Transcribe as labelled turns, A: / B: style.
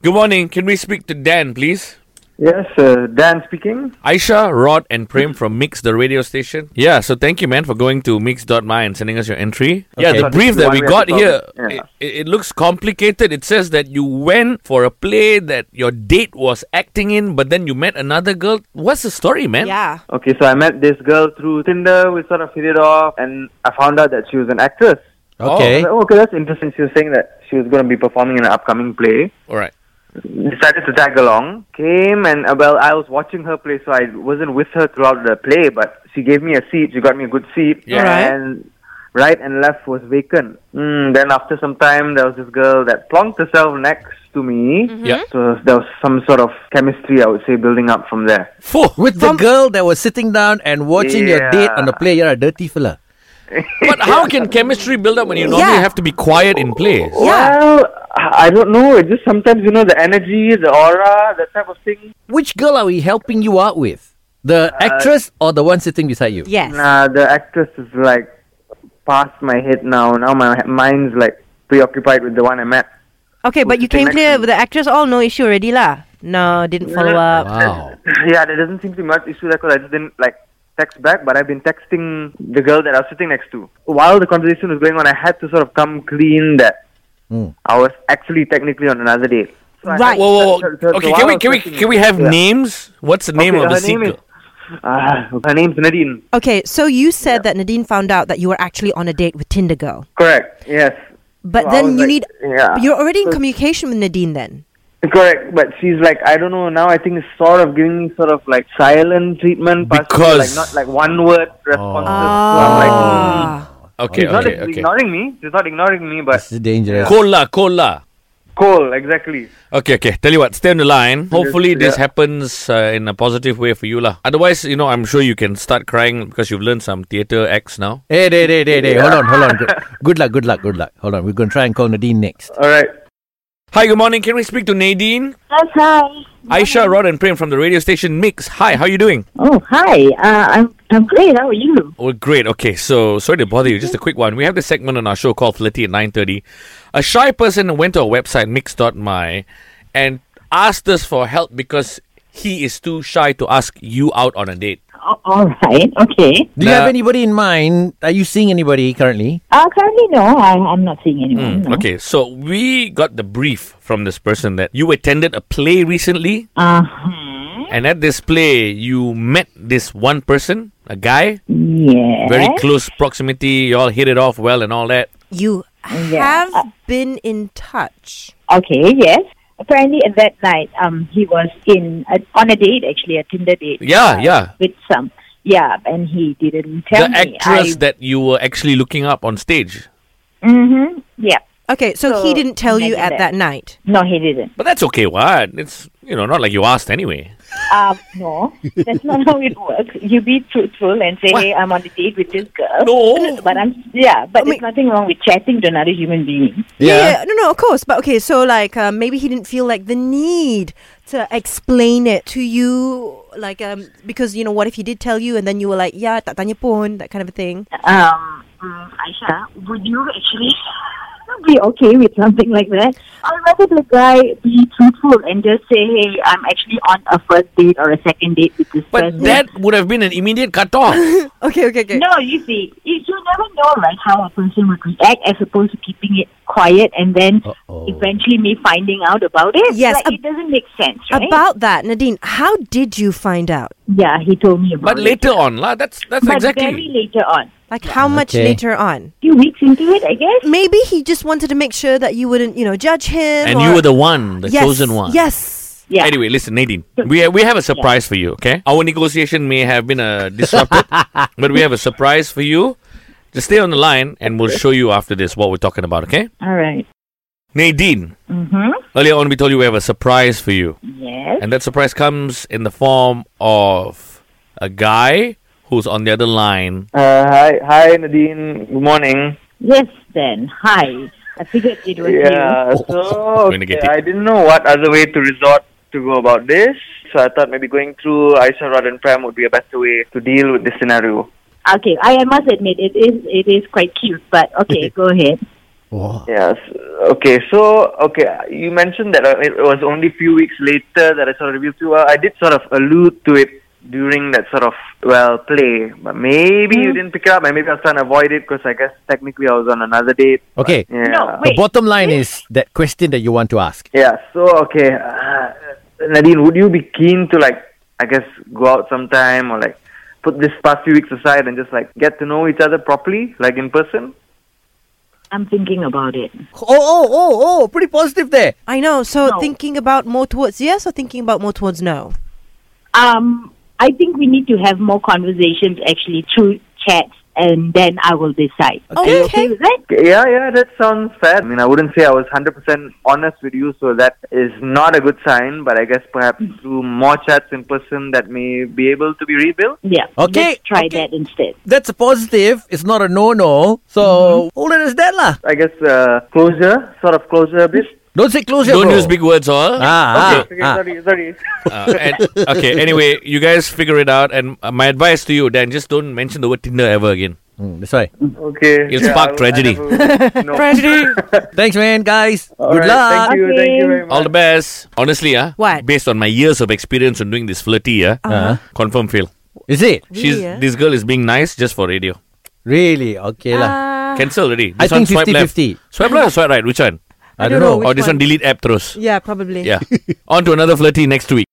A: Good morning. Can we speak to Dan, please?
B: Yes, uh, Dan speaking.
A: Aisha, Rod, and Prem from Mix, the radio station. Yeah, so thank you, man, for going to Mix.my and sending us your entry. Yeah,
C: Okay.
A: the brief that
B: Why
A: we
B: we have
A: got
B: to
A: here,
B: call it.
A: it,
B: Yeah.
A: it, it looks complicated. It says that you went for a play that your date was acting in, but then you met another girl. What's the story, man?
D: Yeah.
B: Okay, so I met this girl through Tinder. We sort of hit it off, and I found out that she was an actress. I was
C: Okay.
B: like, oh, okay, that's interesting. She was saying that she was going to be performing in an upcoming play.
A: All right.
B: Decided to tag along. Came and uh, well, I was watching her play, so I wasn't with her throughout the play. But she gave me a seat. She got me a good seat.
A: Yeah.
D: Alright.
B: And right and left was vacant. Mm, then after some time, there was this girl that plonked herself next to me.
A: Yeah.
B: So there was some sort of chemistry, I would say, building up from there.
A: Four.
C: With the girl that was sitting down and watching your date on the
B: Yeah.
C: play, you're a dirty fella.
A: But how can chemistry build up when you normally
D: Yeah.
A: have to be quiet in plays?
D: Yeah.
B: Well, I I don't know. It's just sometimes, you know, the energy, the aura, that type of thing.
C: Which girl are we helping you out with? The actress or the one sitting beside you?
D: Yes.
B: Nah, the actress is like past my head now. Now my he- mind's like preoccupied with the one I met.
D: Okay, but
B: Who's
D: you
B: the
D: came
B: next
D: clear
B: one?
D: with the actress. All no issue already lah. No, didn't follow up.
C: Wow.
B: yeah, there doesn't seem to be much issue there 'cause I just didn't like text back, but I've been texting the girl that I was sitting next to. While the conversation was going on, I had to sort of come clean that
C: Mm.
B: I was actually technically on another date. So I had
D: Right.
A: Hmm.
B: to-
A: Whoa, whoa,
B: so- so-
A: whoa.
B: so
A: Okay,
B: while
A: can
B: I
A: we
B: was
A: can we
B: texting-
A: can we have
B: Yeah.
A: names? What's the name
B: Okay,
A: of the
B: her name
A: sequel?
B: is- Ah, her name's Nadine.
D: Okay, so you said that Nadine found out that you were actually on a date with Tinder girl.
B: Correct. Yes.
D: But
B: So I
D: then
B: was
D: you
B: like,
D: need
B: yeah.
D: you're already in
B: So-
D: communication with Nadine then.
B: Correct, but she's like I don't know now. I think it's sort of giving me sort of like silent treatment, possibly,
A: Because-
B: like not like one word responses. So I'm like, mm.
D: Ah.
A: Okay,
B: she's not
A: okay, okay.
B: ignoring me. She's not ignoring me, but
C: This is dangerous.
A: Cola, cola.
B: cool, exactly.
A: Okay, okay. Tell you what, stay on the line. Hopefully, this
B: yeah.
A: happens uh, in a positive way for you, lah. Otherwise, you know, I'm sure you can start crying because you've learned some theatre acts now.
C: Hey, hey, hey, hey, hey. Hold on, hold on. Good, good luck, good luck, good luck. Hold on. We're going to try and call Nadine next.
B: All right.
A: Hi, good morning. Can we speak to Nadine,
E: Yes, hi.
A: Aisha, Rod, and Prem from the radio station Mix? Hi, how you doing?
E: Oh, hi. Uh, I'm I'm great. How are you?
A: Well, Oh, great. Okay, so sorry to bother you. Just a quick one. We have this segment on our show called Flirty at 9.30. A shy person went to our website, mix.my, and asked us for help because he is too shy to ask you out on a date.
E: Oh, all right. Okay.
C: Do you
A: Nah.
C: have anybody in mind? Are you seeing anybody currently?
E: Uh, currently, no. I, I'm not seeing anyone. no.
A: Hmm, Okay, so we got the brief from this person that you attended a play recently,
E: Uh-huh.
A: and at this play, you met this one person, a guy,
E: Yeah.
A: very close proximity, you all hit it off well and all that.
D: You
E: Yeah.
D: have been in touch.
E: Okay, yes. Apparently, at that night, um, he was in a, on a date, actually, a Tinder date.
A: Yeah,
E: uh,
A: yeah.
E: With some. Yeah, and he didn't tell
A: the
E: me.
A: actress that you were actually looking up on stage.
E: mm-hmm. Yeah.
D: Okay, so, he
E: So,
D: didn't tell you
E: imagine
D: at
E: that.
D: that night.
E: No, he didn't.
A: But that's okay, what? It's, you know, not like you asked anyway.
E: Um, no, that's not how it works. You be truthful and say, "Hey, I'm on a date with this girl."
A: No.
E: but I'm yeah. But
D: I mean-
E: there's nothing wrong with chatting to another human being.
D: yeah, no, no, of course. But okay, so like uh, maybe he didn't feel like the need to explain it to you, like um because you know what if he did tell you and then you were like yeah tak tanya pun that kind of a thing.
E: Um, mm, Aisha, would you actually be okay with something like that? I'd rather the guy be truthful and just say, "Hey, I'm actually on a first date or a second date with this
A: But
E: person."
A: that would have been an immediate cutoff.
D: Okay, okay, okay.
E: No, you see, you, you never know like how a person would react as opposed to keeping it quiet and then
C: Uh-oh.
E: eventually me finding out about it.
D: Yes,
E: like,
D: ab-
E: it doesn't make sense, right?
D: About that, Nadine, how did you find out?
E: yeah, he told me about
A: but
E: it.
A: later on, lah, that's that's
E: but very
A: exactly.
E: later on,
D: Like how much
C: Okay.
D: later on?
E: few weeks into it, I guess.
D: Maybe he just wanted to make sure that you wouldn't, you know, judge him.
A: And
D: or-
A: you were the one, the
D: yes,
A: chosen one.
D: Yes.
E: Yeah.
A: Anyway, listen, Nadine, we have, we have a surprise for you. Okay, our negotiation may have been uh, disrupted, but we have a surprise for you. Just stay on the line, and we'll show you after this what we're talking about. Okay,
E: All right.
A: Nadine.
E: Mhm.
A: Earlier on, we told you we have a surprise for you,
E: Yes.
A: and that surprise comes in the form of a guy who's on the other line.
B: Uh, hi, hi, Nadine. Good morning.
E: Yes. Then hi. I figured it was you.
B: Yeah.
A: Oh,
B: So
A: going to get
B: okay,
A: it.
B: I didn't know what other way to resort to go about this. So I thought maybe going through Aisha Rod and Prem would be a better way to deal with this scenario.
E: Okay. I must admit it is it is quite cute, but okay, go ahead.
C: Wow.
B: Yes. Okay. So, okay, you mentioned that uh, it was only a few weeks later that I sort of revealed to you. Well, I did sort of allude to it during that sort of well play, but maybe you didn't pick it up, and maybe I was trying to avoid it because I guess technically I was on another date.
C: Okay.
B: Yeah.
E: No,
C: The
E: Wait,
C: bottom line is that question that you want to ask.
B: Yeah. So, okay, uh, Nadine, would you be keen to like, I guess, go out sometime or like put this past few weeks aside and just like get to know each other properly, like in person?
E: I'm thinking about it.
C: Oh, oh, oh, oh, pretty positive there.
D: I know. So
E: No.
D: thinking about more towards yes or thinking about more towards no?
E: Um, I think we need to have more conversations actually through chats, and then I will decide. Are
D: Okay.
E: you okay with that?
B: Okay, Yeah, yeah, that sounds fair. I mean, I wouldn't say I was 100% honest with you, so that is not a good sign, but I guess perhaps through more chats in person that may be able to be rebuilt.
E: Yeah.
C: Okay,
E: Let's try
C: okay.
E: that instead.
C: That's a positive. It's not a no-no. So hold it as that lah.
B: I guess uh, closure, sort of closure a bit.
C: Don't say closure,
A: Don't
C: bro.
A: use big words, all.
C: Ah,
B: okay,
C: ah, ah.
B: sorry, sorry.
A: Uh, and, okay. Anyway, you guys figure it out. And uh, my advice to you, Dan, just don't mention the word Tinder ever again.
C: Mm, that's right.
B: Okay.
A: It'll spark
B: I- I
A: tragedy.
B: never- no.
A: Tragedy.
C: Thanks, man, guys.
B: All
C: Good
B: right,
C: luck.
B: Thank you, thank you very much.
A: All the best. Honestly, ah,
D: What?
A: Based on my years of experience on doing this flirty, ah,
C: Uh-huh.
A: confirm fail.
C: Is it
A: She's
D: Really, ah?
A: this girl is being nice just for radio.
C: really okay lah?
E: Uh,
D: Ah,
A: Cancel already. Uh, This
C: I think
A: one, swipe
C: 50-50.
A: left. Swipe left or swipe right? Which one?
C: I don't know.
D: Which
A: or this one,
D: one?
A: delete app throws.
D: yeah, probably.
A: Yeah. on to another flirty next week.